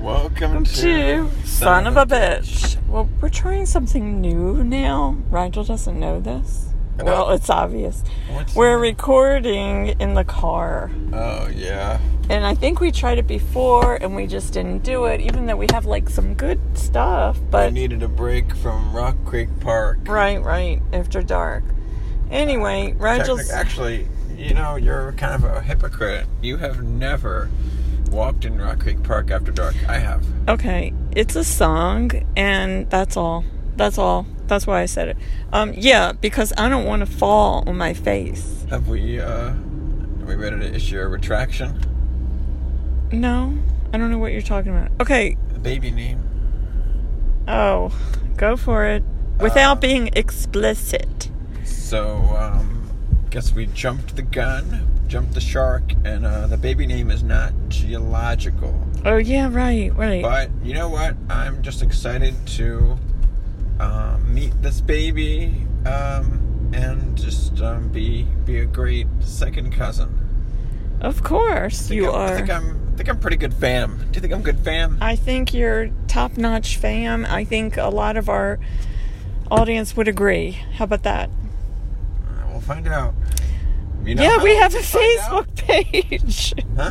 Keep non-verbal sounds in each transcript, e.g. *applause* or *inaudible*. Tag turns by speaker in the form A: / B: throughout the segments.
A: Welcome
B: to Son of a Bitch. Well, we're trying something new now. Rigel doesn't know this. Well,
A: Oh.
B: it's obvious.
A: What's-
B: We're recording in the car.
A: Oh yeah.
B: And I think we tried it before and we just didn't do it, even though we have like some good stuff.
A: I
B: But,
A: needed a break from Rock Creek Park.
B: right, right, after dark. Anyway, Rigel's.
A: Technic- actually, you know, you're kind of a hypocrite. You have never walked in Rock Creek Park after dark. I have.
B: Okay, it's a song, and that's all. That's all. That's why I said it. Um, yeah, because I don't want to fall on my face.
A: Have we? uh Are we ready to issue a retraction?
B: No, I don't know what you're talking about. Okay,
A: The baby name.
B: oh, go for it without
A: Uh,
B: being explicit.
A: So, um, guess we jumped the gun, jumped the shark, and uh, the baby name is not geological.
B: Oh yeah, right, right.
A: But you know what? I'm just excited to um, meet this baby um, and just um, be be a great second cousin.
B: of course
A: I think
B: you
A: I'm- I
B: are.
A: think I'm. I think I'm pretty good fam. Do you think I'm good fam?
B: I think you're top-notch fam. I think a lot of our audience would agree. How about that?
A: Uh, we'll find out. You know
B: yeah,
A: how
B: we
A: to
B: have a
A: find out?
B: Facebook page. *laughs*
A: Huh?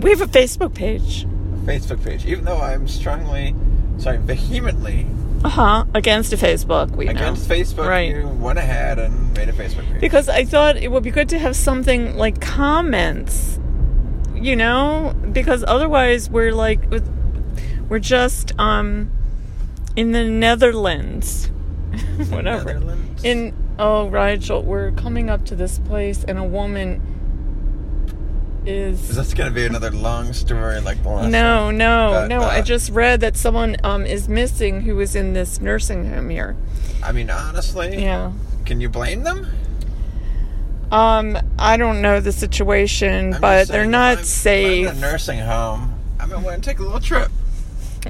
B: we have a Facebook page.
A: Facebook page. Even though I'm strongly, sorry, vehemently
B: Uh huh. Against Facebook, we
A: against
B: know.
A: Facebook,
B: Right.
A: you went ahead and made a Facebook page.
B: Because I thought it would be good to have something like comments, you know, because otherwise we're like with- we're just um in the Netherlands, *laughs* whatever.
A: Netherlands?
B: In oh Rigel, we're coming up to this place, and a woman
A: Is this gonna be another long story like the last?
B: No, no,
A: But,
B: no. I
A: uh,
B: just read that someone um, is missing who was in this nursing home here.
A: I mean, honestly,
B: Yeah.
A: can you blame them?
B: Um, I don't know the situation,
A: I'm
B: but
A: just
B: they're
A: saying,
B: not
A: if I'm-
B: safe.
A: If I'm in a nursing home. I might want to take a little trip.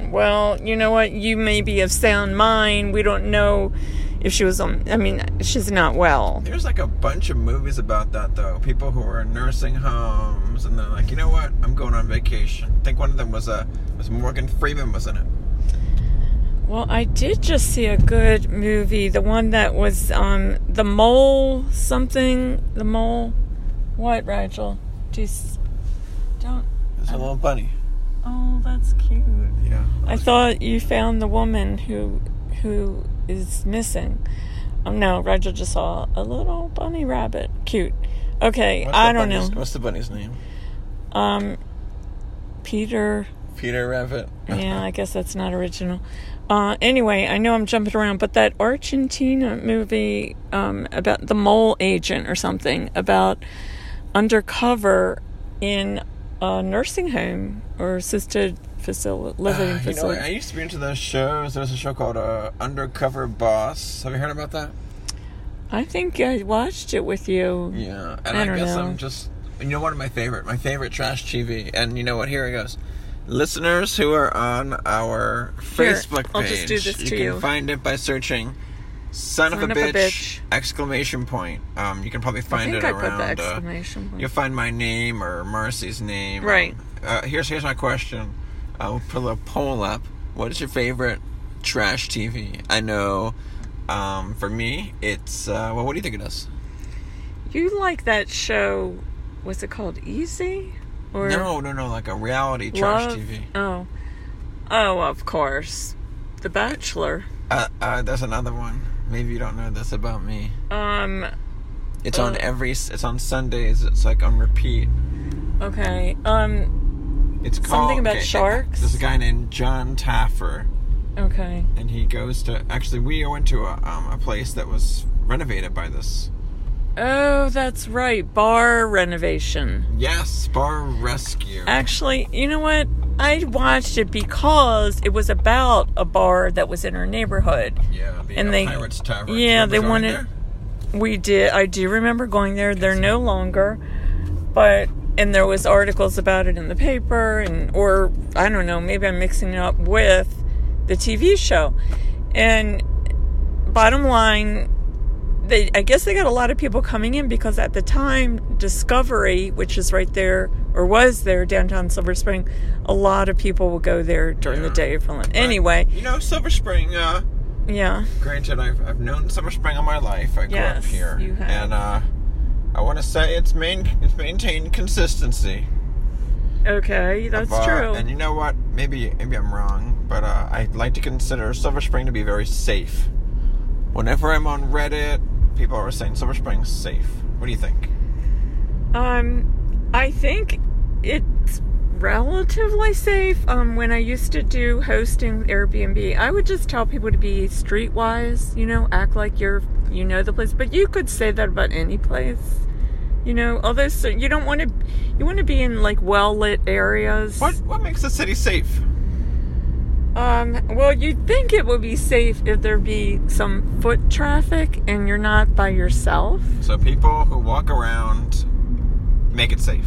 B: well, you know what? You may be of sound mind. We don't know if she was on. I mean, she's not well.
A: There's like a bunch of movies about that though. People who are in nursing homes and they're like, you know what? I'm going on vacation. I think one of them was uh, was Morgan Freeman was in it.
B: Well, I did just see a good movie. The one that was um, the mole something. The mole. What, Rachel? Do you s- don't.
A: It's a little bunny.
B: Oh, that's cute.
A: Yeah.
B: I thought you found the woman who who is missing. Oh no, Roger just saw a little bunny rabbit. Cute. Okay,
A: What's
B: I
A: the
B: don't
A: bunny's-
B: know.
A: What's the bunny's name?
B: Um Peter
A: Peter Rabbit. *laughs*
B: yeah, I guess that's not original. Uh, anyway, I know I'm jumping around, but that Argentina movie um, about the mole agent or something about undercover in a nursing home or assisted facility living
A: Ah, you know,
B: facility.
A: I used to be into those shows. There's a show called uh, Undercover Boss. Have you heard about that?
B: I think I watched it with you.
A: Yeah, and
B: I
A: I,
B: don't
A: guess
B: know.
A: I'm just you know one of my favorite, my favorite trash TV, and you know what? Here it goes. Listeners who are on our
B: Here,
A: Facebook page,
B: I'll just do this
A: you
B: to
A: can
B: you.
A: find it by searching "son, of, a, bitch, exclamation point. Um, you can probably
B: I
A: find
B: think
A: it
B: I put
A: around.
B: the
A: uh,
B: exclamation point.
A: you'll find my name or Marcy's name.
B: Right.
A: Uh, here's here's my question. I'll put a poll up. What is your favorite trash TV? I know. Um, for me, it's uh, well. What do you think it is?
B: You like that show? What's it called? Easy or
A: No, no, no, like a reality trash
B: Love?
A: TV.
B: Oh, oh, of course, The Bachelor.
A: Uh, uh, there's another one. Maybe you don't know this about me.
B: Um.
A: It's on
B: Uh.
A: every. s- It's on Sundays. It's like on repeat.
B: Okay. Um.
A: It's called
B: Something about
A: okay,
B: sharks?
A: There's a guy named John Taffer,
B: Okay.
A: and he goes to. Actually, we went to a, um, a place that was renovated by this.
B: Oh, that's right. Bar renovation.
A: Yes, Bar Rescue.
B: Actually, you know what? I watched it because it was about a bar that was in our neighborhood.
A: yeah, the
B: and
A: uh,
B: they-
A: Pirates Tavern.
B: yeah,
A: Remember
B: they
A: going
B: wanted-
A: there?
B: We did. I do remember going there. They're no longer, but and there was articles about it in the paper, and or I don't know. Maybe I'm mixing it up with the TV show. And bottom line, they I guess they got a lot of people coming in because at the time Discovery, which is right there or was there downtown Silver Spring, a lot of people will go there during the
A: Yeah.
B: day for lunch. Anyway,
A: You know, Silver Spring, uh,
B: yeah.
A: granted, I've, I've known Silver Spring all my life. I grew
B: Yes,
A: up here.
B: you have.
A: And, uh, I want to say it's main it's maintained consistency.
B: Okay, that's
A: But-
B: true.
A: And you know what? Maybe maybe I'm wrong, but uh, I like to consider Silver Spring to be very safe. Whenever I'm on Reddit, people are saying Silver Spring's safe. What do you think?
B: Um, I think it's relatively safe. Um, when I used to do hosting Airbnb, I would just tell people to be streetwise. You know, act like you're you know the place. But you could say that about any place. You know, although so you don't want to, you want to be in like well lit areas.
A: What what makes a city safe?
B: Um, well, you'd think it would be safe if there be some foot traffic and you're not by yourself.
A: So people who walk around make it safe.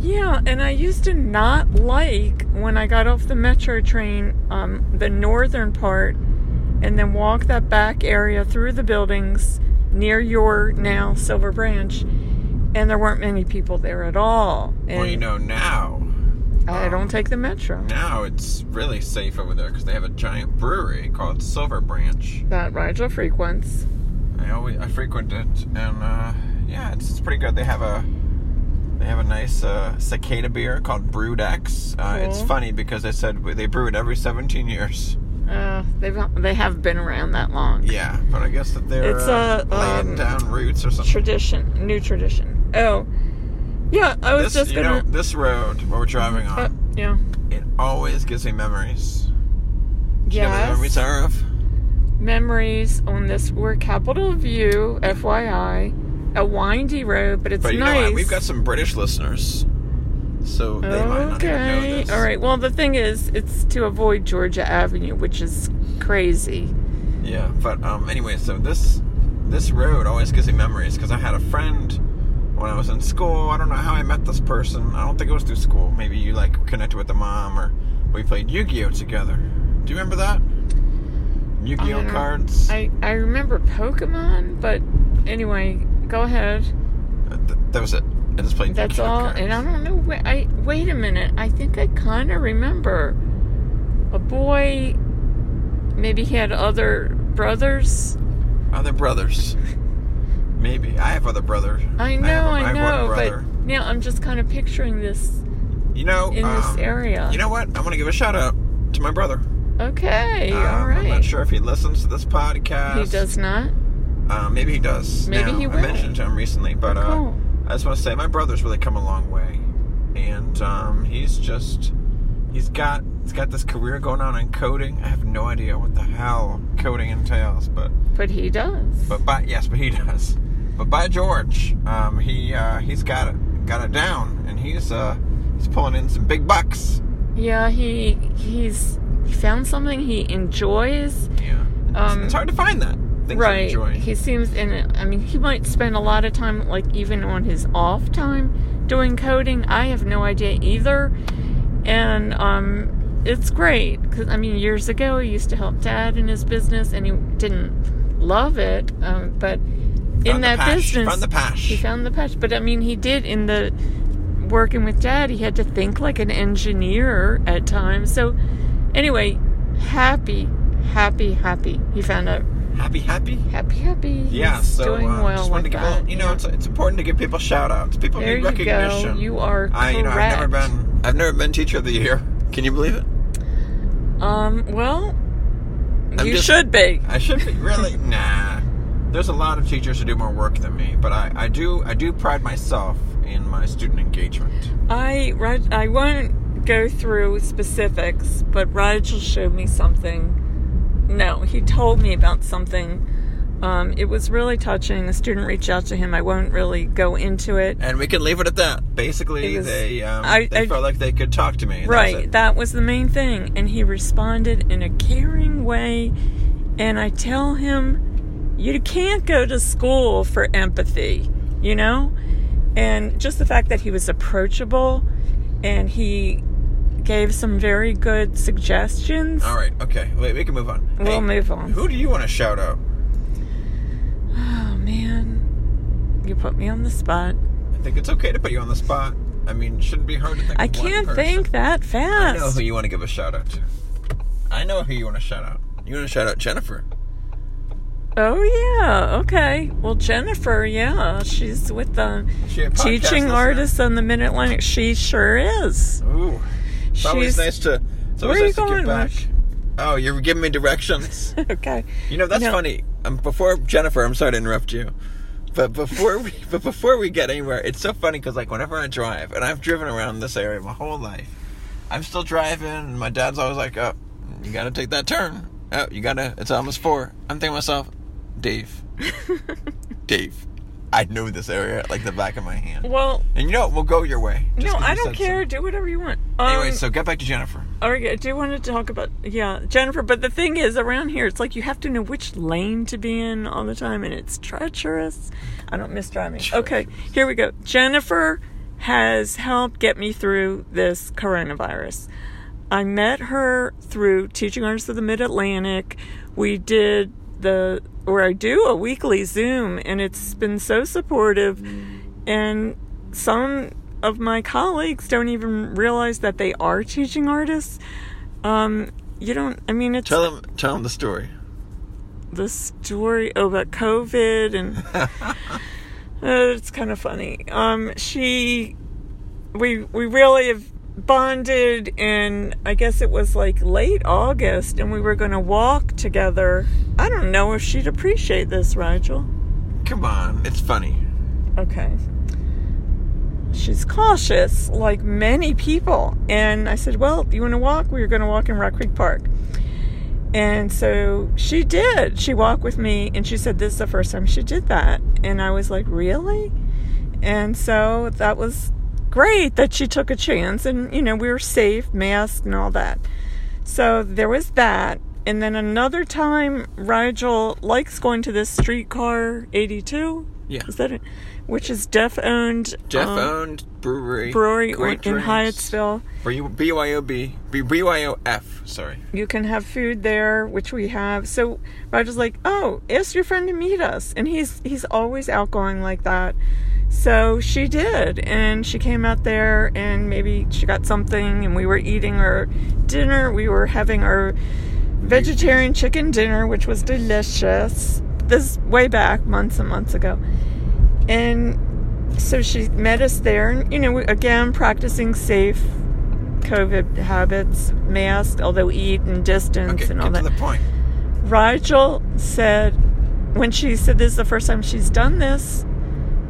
B: Yeah, and I used to not like when I got off the metro train, um, the northern part, and then walk that back area through the buildings near your now Silver Branch, and there weren't many people there at all. And
A: well, you know um, now
B: I don't take the metro.
A: now it's really safe over there because they have a giant brewery called Silver Branch.
B: That Rigel frequents.
A: I always I frequent it, and uh, yeah, it's, it's pretty good. They have a they have a nice uh, cicada beer called Brewed X. Uh, It's
B: Cool.
A: funny because they said they brew it every 17 years. *laughs*
B: Uh, they've they have been around that long.
A: Yeah, but I guess that they're
B: It's
A: uh,
B: a,
A: laying
B: um,
A: down roots or something.
B: Tradition, new tradition. Oh, yeah. I was
A: This,
B: just
A: you
B: gonna.
A: know, this road what we're driving
B: uh,
A: on,
B: yeah.
A: it always gives me memories. Do you know what
B: Yes.
A: memories are of?
B: memories on this. We're Capitol View, FYI. A windy road, but it's
A: But you
B: nice.
A: know what? We've got some British listeners, so they might not even know
B: okay.
A: this.
B: All right. Well, the thing is, it's to avoid Georgia Avenue, which is crazy.
A: Yeah, but um, anyway, so this this road always gives me memories because I had a friend when I was in school. I don't know how I met this person. I don't think it was through school. Maybe you like connected with the mom, or we played Yu-Gi-Oh together. Do you remember that? Yu-Gi-Oh
B: don't-
A: cards.
B: I I remember Pokemon, but anyway, go ahead.
A: Uh, th- that was it. I just played.
B: That's
A: Yu-Gi-Oh
B: all.
A: Cards.
B: And I don't know. wh- I wait a minute. I think I kind of remember a boy. Maybe he had other brothers.
A: Other brothers. Maybe I have other brother.
B: I know,
A: have a-
B: I,
A: I have one
B: know,
A: brother.
B: but now I'm just kind of picturing this.
A: You know,
B: in this
A: um,
B: area.
A: You know what? I want to give a shout out to my brother.
B: Okay,
A: Um,
B: all
A: I'm not
B: right.
A: sure if he listens to this podcast.
B: He does not.
A: Uh, maybe he does.
B: Maybe
A: now.
B: he
A: I
B: will.
A: mentioned it to him recently, but uh,
B: Cool.
A: I just want to say my brother's really come a long way, and um, he's just he's got he's got this career going on in coding. I have no idea what the hell coding entails, but
B: But he does.
A: but by yes, but he *laughs* does. But by George, um, he uh, he's got it got it down, and he's uh, he's pulling in some big bucks.
B: yeah, he he's found something he enjoys.
A: Yeah,
B: Um,
A: it's hard to find that. Things
B: right.
A: To enjoy.
B: He seems in. I mean, he might spend a lot of time, like even on his off time, doing coding. I have no idea either, and um, it's great because I mean, years ago he used to help dad in his business, and he didn't love it, um, but in
A: Found the
B: that
A: pash,
B: business,
A: found the pash.
B: he found the patch. But I mean, he did in the working with dad, he had to think like an engineer at times. So, anyway, happy, happy, happy. He found out
A: happy, happy.
B: happy, happy.
A: Yeah,
B: He's
A: so
B: doing
A: uh,
B: well
A: just wanted
B: with
A: to give
B: that.
A: a- you know
B: yeah.
A: it's, it's important to give people shout outs. People
B: there
A: need
B: you go.
A: recognition.
B: You are correct.
A: I you know I've never been I've never been teacher of the year. Can you believe it?
B: Um, well,
A: I'm
B: you
A: just-
B: should be.
A: I should be *laughs* really nah. There's a lot of teachers who do more work than me, but I, I do I do pride myself in my student engagement.
B: I Raj, I won't go through specifics, but Rigel showed me something. No, he told me about something. Um, it was really touching. A student reached out to him. I won't really go into it.
A: And we can leave it at that. Basically,
B: It was-
A: they um,
B: I-
A: they
B: I-
A: felt like they could talk to me. That's
B: Right,
A: it.
B: that was the main thing. And he responded in a caring way. And I tell him, you can't go to school for empathy, you know? And just the fact that he was approachable and he gave some very good suggestions.
A: All right. Okay. Wait. We can move on.
B: We'll
A: Hey,
B: move on.
A: Who do you want to shout out?
B: Oh, man, you put me on the spot.
A: I think it's okay to put you on the spot. I mean, it shouldn't be hard to think.
B: I
A: of one
B: can't
A: person.
B: think that
A: I know
B: fast.
A: who you want to give a shout out to. I know who you want to shout out. You want to shout out Jennifer.
B: Oh yeah, okay. Well, Jennifer, yeah, she's with the
A: She a podcast
B: teaching
A: listener.
B: artists on the Mid Atlantic. She sure is.
A: Ooh, it's always
B: She's
A: nice to. It's always
B: Where are
A: nice
B: you
A: to give
B: going,
A: back.
B: Mark?
A: Oh, you're giving me directions.
B: *laughs* okay.
A: You know that's
B: No.
A: funny. Um, before Jennifer, I'm sorry to interrupt you, but before we *laughs* but before we get anywhere, it's so funny because like whenever I drive, and I've driven around this area my whole life, I'm still driving, and my dad's always like, "Oh, you gotta take that turn. Oh, you gotta. It's almost four. I'm thinking to myself,
B: *laughs*
A: Dave, Dave, I know this area like the back of my hand.
B: Well,
A: And you know what? We'll go your way. just
B: no,
A: 'cause
B: I
A: you
B: don't
A: said so.
B: care. Do whatever you want. Um,
A: Anyway, so get back to Jennifer.
B: Okay, I do want to talk about yeah, Jennifer. But the thing is, around here, it's like you have to know which lane to be in all the time, and it's treacherous. I don't miss driving. Okay, here we go. Jennifer has helped get me through this coronavirus. I met her through Teaching Artists of the Mid Atlantic. We did the, or I do a weekly Zoom, and it's been so supportive. And some of my colleagues don't even realize that they are teaching artists. Um, you don't, I mean, it's
A: Tell him tell him the story. *laughs*
B: the story about COVID, and *laughs* Uh, it's kind of funny. Um, she, we we really have bonded, and I guess it was like late August, and we were going to walk together. I don't know if she'd appreciate this, Rigel.
A: Come on, it's funny.
B: Okay. She's cautious, like many people. And I said, Well, you want to walk? We were going to walk in Rock Creek Park. And so she did. She walked with me and she said, This is the first time she did that. And I was like, Really? And so that was great that she took a chance. And, you know, we were safe, masked, and all that. So there was that. And then another time, Rigel likes going to this streetcar 82.
A: Yeah.
B: Is that it? Which is deaf owned um,
A: Jeff owned brewery.
B: brewery or- in
A: great drinks.
B: Hyattsville.
A: For you, BYOB, B- BYOF, sorry.
B: You can have food there, which we have. So Roger's like, "Oh, ask your friend to meet us," and he's he's always outgoing like that. So she did, and she came out there, and maybe she got something, and we were eating our dinner. We were having our vegetarian chicken dinner, which was delicious. This way back months and months ago, and so she met us there, and you know, we- again practicing safe COVID habits, masked, although eat and distance
A: Okay,
B: and all
A: get
B: that.
A: to the point.
B: Rigel said when she said this is the first time she's done this,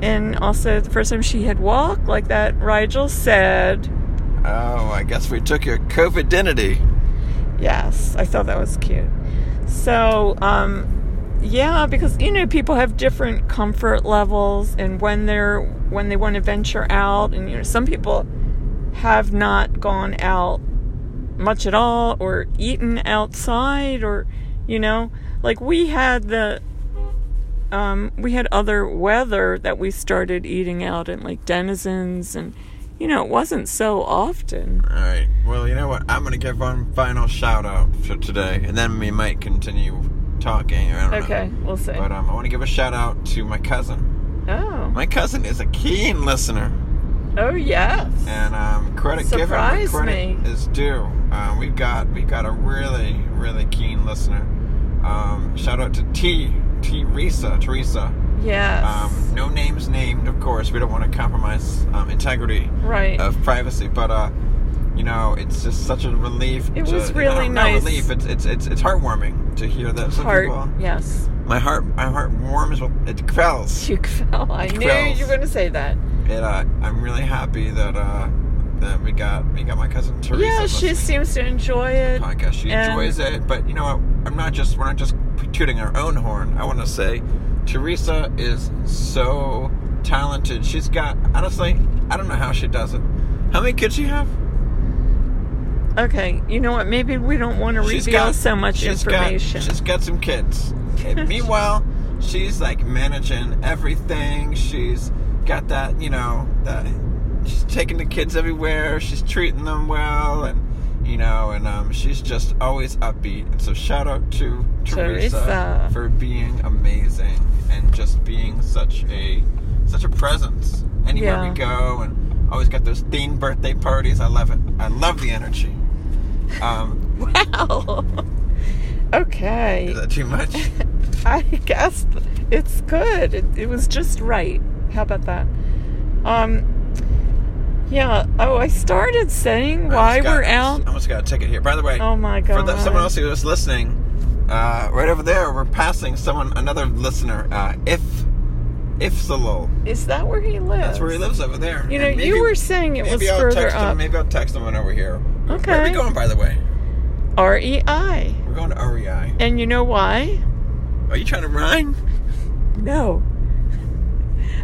B: and also the first time she had walked like that. Rigel said,
A: Oh, I guess we took your COVID identity.
B: Yes, I thought that was cute. So, um, yeah, because you know people have different comfort levels and when they're when they want to venture out, and you know some people have not gone out much at all or eaten outside or you know like we had the um, we had other weather that we started eating out and like denizens and you know it wasn't so often
A: All right. Well, you know what? I'm going to give one final shout out for today, and then we might continue talking. I don't
B: okay
A: know.
B: we'll see
A: But um, I want to give a shout out to my cousin.
B: oh
A: My cousin is a keen listener,
B: Oh yes.
A: and um, credit
B: Surprise
A: given where credit
B: me.
A: is due. Um, we've got we've got a really really keen listener. Um, shout out to T T Risa Teresa.
B: yes.
A: Um, no names named, of course. We don't want to compromise um, integrity
B: right.
A: of privacy, but uh, you know, it's just such a relief.
B: It
A: to-
B: was
A: and I
B: really
A: don't know,
B: nice.
A: relief. It's, it's it's it's heartwarming to hear that. Some
B: Heart.
A: people,
B: Yes.
A: my heart, my heart warms. with- It
B: *laughs*
A: quells.
B: You fell. I knew
A: Twelve.
B: you were going to say that.
A: It. Uh, I'm really happy that uh, that we got we got my cousin Teresa.
B: yeah, she
A: listening
B: seems to enjoy it.
A: to the podcast. She
B: and-
A: enjoys it, but you know what? I'm not just we're not just tooting our own horn. I want to say, Teresa is so talented. She's got honestly, I don't know how she does it. How many kids she have?
B: Okay. You know what? Maybe we don't want to
A: She's
B: reveal so much
A: she's got-
B: information.
A: she's got some kids.
B: *laughs*
A: And meanwhile, she's like managing everything. She's got that, you know, that she's taking the kids everywhere. She's treating them well, and you you know, and um, she's just always upbeat. And so shout out to Teresa,
B: Teresa.
A: for being amazing and just being such a such a presence anywhere
B: Yeah.
A: we go, and always got those themed birthday parties. I love it. I love the energy. Um,
B: *laughs* Wow. okay.
A: is that too
B: *laughs*
A: much?
B: I guess it's good. It, it was just right. How about that? Um, yeah. Oh, I started saying
A: I
B: why
A: almost got-
B: we're
A: I almost-
B: out.
A: I almost got a ticket here. By the way,
B: Oh my
A: for
B: god.
A: the, someone else who was listening, uh, right over there, we're passing someone, another listener, uh, if if Salol.
B: Is that where he lives?
A: That's where he lives over there.
B: You know,
A: And
B: you were saying it was
A: maybe I'll
B: further
A: text
B: up.
A: Him, maybe I'll text someone over here. Where are we
B: Okay.
A: going, by the way?
B: R E I.
A: We're going to REI.
B: And you know why?
A: Are you trying to rhyme?
B: No.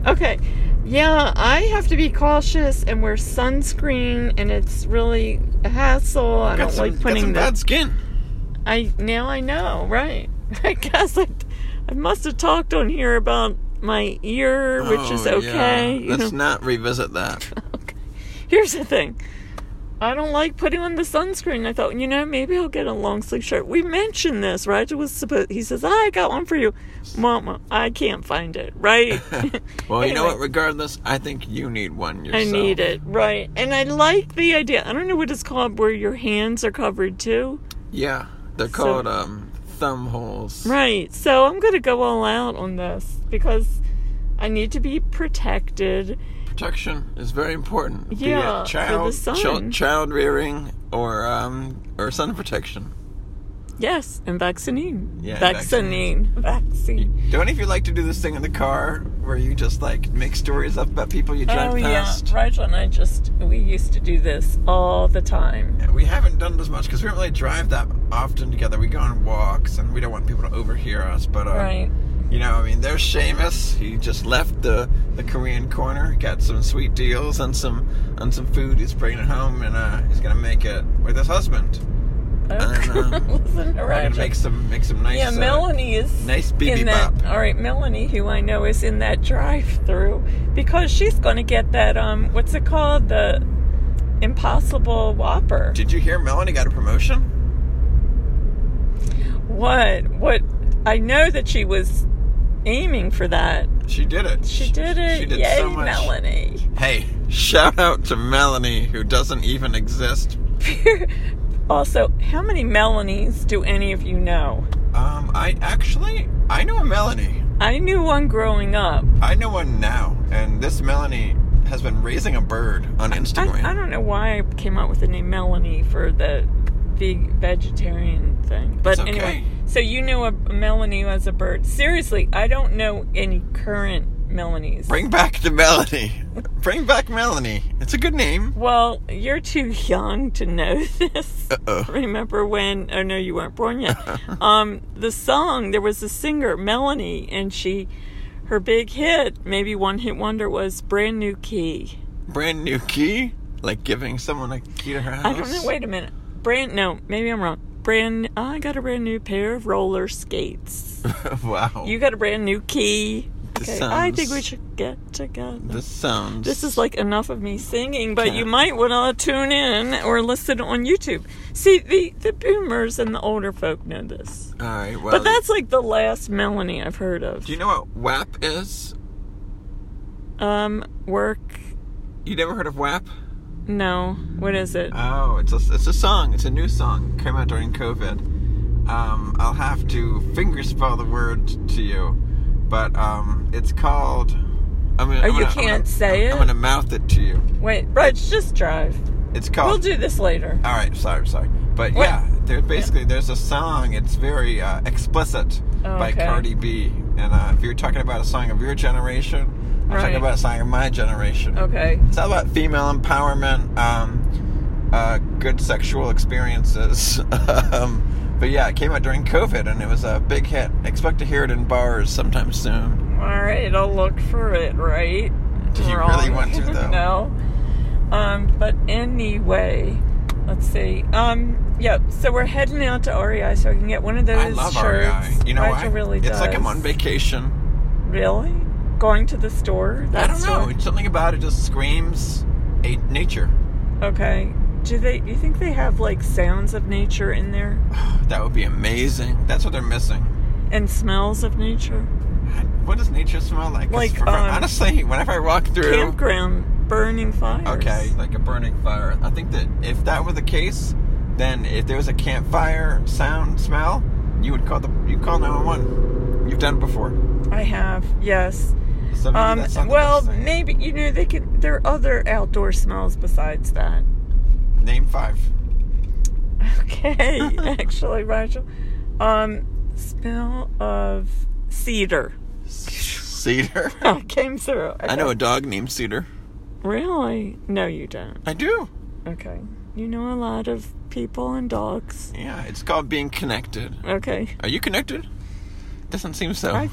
B: Okay. Yeah, I have to be cautious and wear sunscreen and it's really a hassle. I
A: Got
B: don't
A: some,
B: like
A: got some
B: putting
A: bad
B: that.
A: skin.
B: I now I know, right. *laughs* I guess I, I must have talked on here about my ear, which is
A: Oh,
B: okay.
A: Yeah.
B: you
A: Let's
B: know.
A: not revisit that.
B: Okay. Here's the thing. I don't like putting on the sunscreen. I thought, you know, maybe I'll get a long sleeve shirt. We mentioned this, right? It was supposed. He says, "I got one for you, Mama. I can't find it, right?
A: *laughs* well, you know
B: Anyway.
A: what? Regardless, I think you need one
B: I
A: yourself.
B: need it, right? And I like the idea. I don't know what it's called, where your hands are covered too,
A: Yeah. They're
B: So-
A: called um, thumb holes.
B: right? So I'm gonna go all out on this because I need to be protected.
A: protection is very important.
B: Yeah,
A: be it
B: for
A: child,
B: the sun.
A: chil- child rearing, or um, or sun protection.
B: Yes, and vaccine.
A: Yeah, and
B: vaccine, vaccine.
A: Don't if you like to do this thing in the car where you just like make stories up about people you drive
B: oh
A: past.
B: yeah, Rigel and I just we used to do this all the time.
A: Yeah, We haven't done it as much because we don't really drive that often together. We go on walks, and we don't want people to overhear us. But uh,
B: Right.
A: you know, I mean, there's Seamus. He just left the the Korean corner, got some sweet deals on some on some food. He's bringing it home, and uh, he's gonna make it with his husband.
B: Oh,
A: um,
B: *laughs* Listen to
A: We're gonna
B: Rigel.
A: make some make some nice.
B: yeah,
A: uh,
B: Melanie is
A: nice
B: in
A: bibimbap.
B: that. All right, Melanie, who I know is in that drive-through because she's going to get that um, what's it called, the Impossible Whopper.
A: Did you hear Melanie got a promotion?
B: What? What? I know that she was aiming for that.
A: She did it.
B: She did it.
A: She did
B: Yay,
A: so much.
B: Melanie. *laughs*
A: Hey, shout out to Melanie who doesn't even exist.
B: also, how many Melanies do any of you know?
A: Um, I actually I know a Melanie.
B: I knew one growing up.
A: I know one now, and this Melanie has been raising a bird on Instagram.
B: I, I don't know why I came up with the name Melanie for the big vegetarian thing. But
A: It's okay.
B: anyway, so you know a a Melanie as a bird. Seriously, I don't know any current Melanies.
A: Bring back the Melanie. Bring back Melanie. It's a good name.
B: Well, you're too young to know *laughs* this.
A: Uh-oh.
B: Remember when? Oh no, you weren't
A: *laughs*
B: born yet. um, the song there was a singer Melanie, and she, her big hit, maybe one hit wonder, was "Brand New Key."
A: Brand new key. Like giving someone a key to her house.
B: I don't know. Wait a minute. Brand no, maybe I'm wrong. Brand I got a brand new pair of roller skates.
A: *laughs* wow.
B: You got a brand new key.
A: This
B: Okay, I think we
A: sounds-
B: should get together.
A: This sounds.
B: This is like enough of me singing, but
A: Yeah.
B: you might want to tune in or listen on YouTube. See, the the boomers and the older folk know this.
A: All right. Well,
B: But that's like the last Melanie I've heard of.
A: Do you know what WAP is?
B: Um, work.
A: You never heard of WAP?
B: No, what is it?
A: Oh, it's a, it's a song. It's a new song. Came out during COVID. Um, I'll have to finger spell the word to you, but um, it's called. I'm gonna,
B: Oh,
A: I'm
B: you
A: gonna- I'm
B: can't
A: gonna-
B: say
A: I'm-
B: it?
A: I'm gonna mouth it to you.
B: Wait, Reg, just drive.
A: It's called.
B: We'll do this later.
A: All right, sorry, sorry, but
B: What?
A: yeah, there basically there's a song. It's very uh, explicit
B: Oh,
A: by
B: okay.
A: Cardi B, and uh, if you're talking about a song of your generation, I'm
B: Right.
A: talking about a song of my generation.
B: Okay.
A: It's all about female empowerment, um, uh, good sexual experiences. *laughs* um, but yeah, it came out during COVID and it was a big hit. Expect to hear it in bars sometime soon.
B: All right, I'll look for it. Right?
A: Do you really want to,
B: *laughs*
A: though?
B: no. Um, but anyway, let's see. Um, yep. So we're heading out to REI, so I can get one of those
A: I love
B: shirts.
A: REI. You know
B: Rigel
A: why?
B: Really
A: it's
B: does.
A: like I'm on vacation.
B: Really? Going to the store? That
A: I don't know.
B: store?
A: Something about it just screams a- nature.
B: Okay. Do they? Do you think they have like sounds of nature in there
A: That would be amazing. That's what they're missing.
B: and smells of nature?
A: What does nature smell like? 'Cause
B: Like,
A: for- for-
B: um,
A: honestly, whenever I walk through,
B: Campground burning fires.
A: okay, like a burning fire. I think that if that were the case, then if there was a campfire sound smell, you would call the you call 911. You've done it before.
B: I have yes.
A: So maybe
B: Um,
A: that's something
B: well,
A: to say.
B: maybe you know they could. There are other outdoor smells besides that. *laughs*
A: name five. *laughs*
B: Okay, actually, Rachel, um, smell of cedar. *laughs*
A: Cedar. *laughs*
B: I came through.
A: I know a dog named Cedar.
B: Really? No, you don't.
A: I do.
B: Okay, you know a lot of people and dogs.
A: Yeah, it's called being connected.
B: Okay, *laughs*
A: Are you connected? Doesn't seem so.
B: I,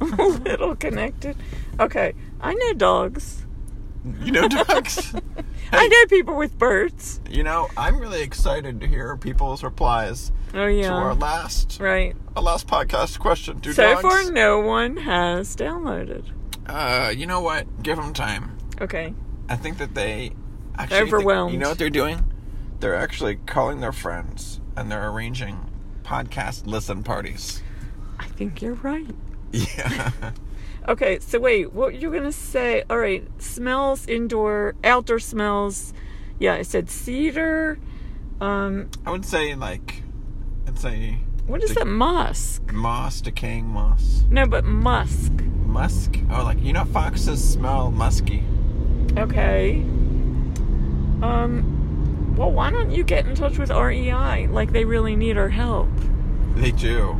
B: I'm a little connected. Okay, I know dogs.
A: You know dogs. *laughs*
B: I know people with birds.
A: you know, I'm really excited to hear people's replies
B: Oh
A: to our
B: yeah,
A: last
B: right.
A: our last podcast question. Do
B: So
A: dogs?
B: far, no one has downloaded.
A: Uh, you know what? Give them time.
B: Okay.
A: I think that they actually think-
B: Overwhelmed.
A: you know what they're doing? They're actually calling their friends and they're arranging podcast listen parties. *laughs*
B: I think you're right.
A: Yeah.
B: Okay, so wait, what you're gonna say? All right, smells indoor, outdoor smells. Yeah, I said cedar. Um,
A: I would say like I'd say
B: what is
A: The-
B: that musk?
A: moss, decaying moss.
B: No, but musk.
A: Musk? Oh like you know foxes smell musky.
B: Okay. Um, well, why don't you get in touch with REI? Like they really need our help.
A: They do.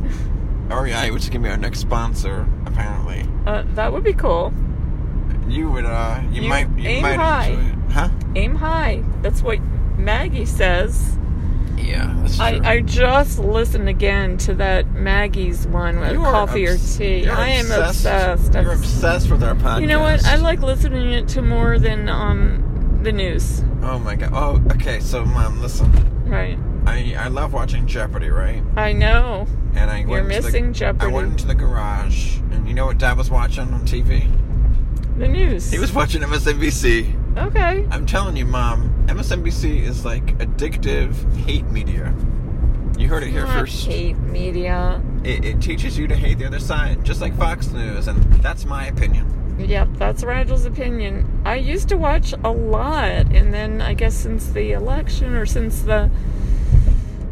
A: REI, which is gonna be our next sponsor, apparently.
B: Uh, that would be cool.
A: You would uh you,
B: You
A: might you
B: aim
A: might
B: high.
A: enjoy it. Huh?
B: Aim high. That's what Maggie says.
A: Yeah, that's true.
B: I, I just listened again to that Maggie's one with
A: You are
B: coffee
A: obs-
B: or tea.
A: you're
B: I am obsessed.
A: You're obsessed with our podcast.
B: you know what? I like listening it to more than um the news.
A: Oh my god. Oh, okay. So, mom, listen.
B: Right.
A: I I love watching Jeopardy, right?
B: I know.
A: And I
B: You're
A: went to
B: missing
A: the,
B: Jeopardy.
A: I went into the garage, and you know what Dad was watching on TV?
B: The news.
A: He was watching MSNBC.
B: Okay.
A: I'm telling you, mom, MSNBC is like addictive hate media. You heard it here
B: Not
A: first.
B: hate media.
A: It, it teaches you to hate the other side, just like Fox News, and that's my opinion.
B: Yep, that's Rigel's opinion. I used to watch a lot, and then I guess since the election or since the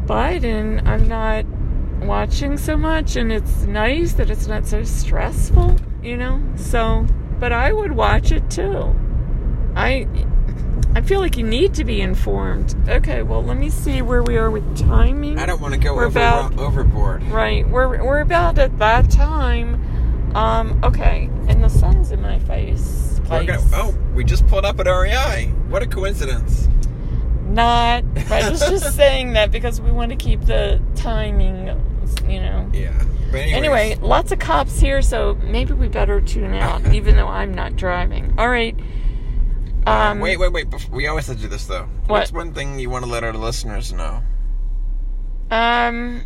B: Biden, I'm not watching so much, and it's nice that it's not so stressful, you know? So, but I would watch it too. I. I feel like you need to be informed. Okay, well, let me see where we are with timing.
A: I don't want to go
B: We're
A: over,
B: back.
A: overboard.
B: Right. We're we're about at that time. Um, okay. And the sun's in my face.
A: We're gonna-
B: Place.
A: oh, we just pulled up at REI. What a coincidence.
B: Not I
A: *laughs*
B: was just saying that because we want to keep the timing you know.
A: Yeah. But anyways,
B: Anyway, lots of cops here, so maybe we better
A: *laughs*
B: tune out, even though I'm not driving. All right. Um
A: wait, wait, wait. bef- We always have to do this though. What's one thing you want to let our listeners know?
B: Um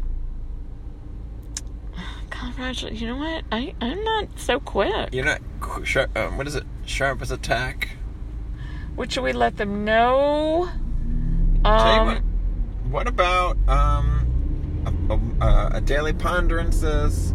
B: God, Roger, you know what? I, I'm not so quick.
A: You're not qu- sharp. Um, what is it? Sharp as a tack.
B: What should we let them know? Um,
A: Tell you what. What about um, a, a, a daily ponderances?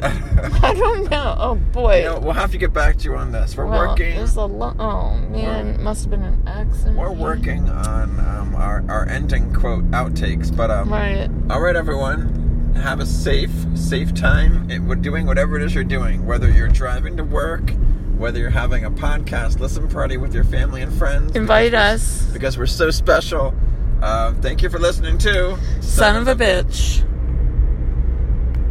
A: *laughs*
B: *laughs* I don't know. Oh boy.
A: you know, we'll have to get back to you on this. We're
B: Well,
A: working.
B: It was a lo- oh man, must have been an accident.
A: We're working on um, our our ending quote outtakes, but um.
B: Right.
A: All right, everyone. Have a safe, safe time. It, we're doing whatever it is you're doing, whether you're driving to work, whether you're having a podcast listen party with your family and friends.
B: Invite us,
A: Because we're so special. Uh, thank you for listening to
B: son of a bitch.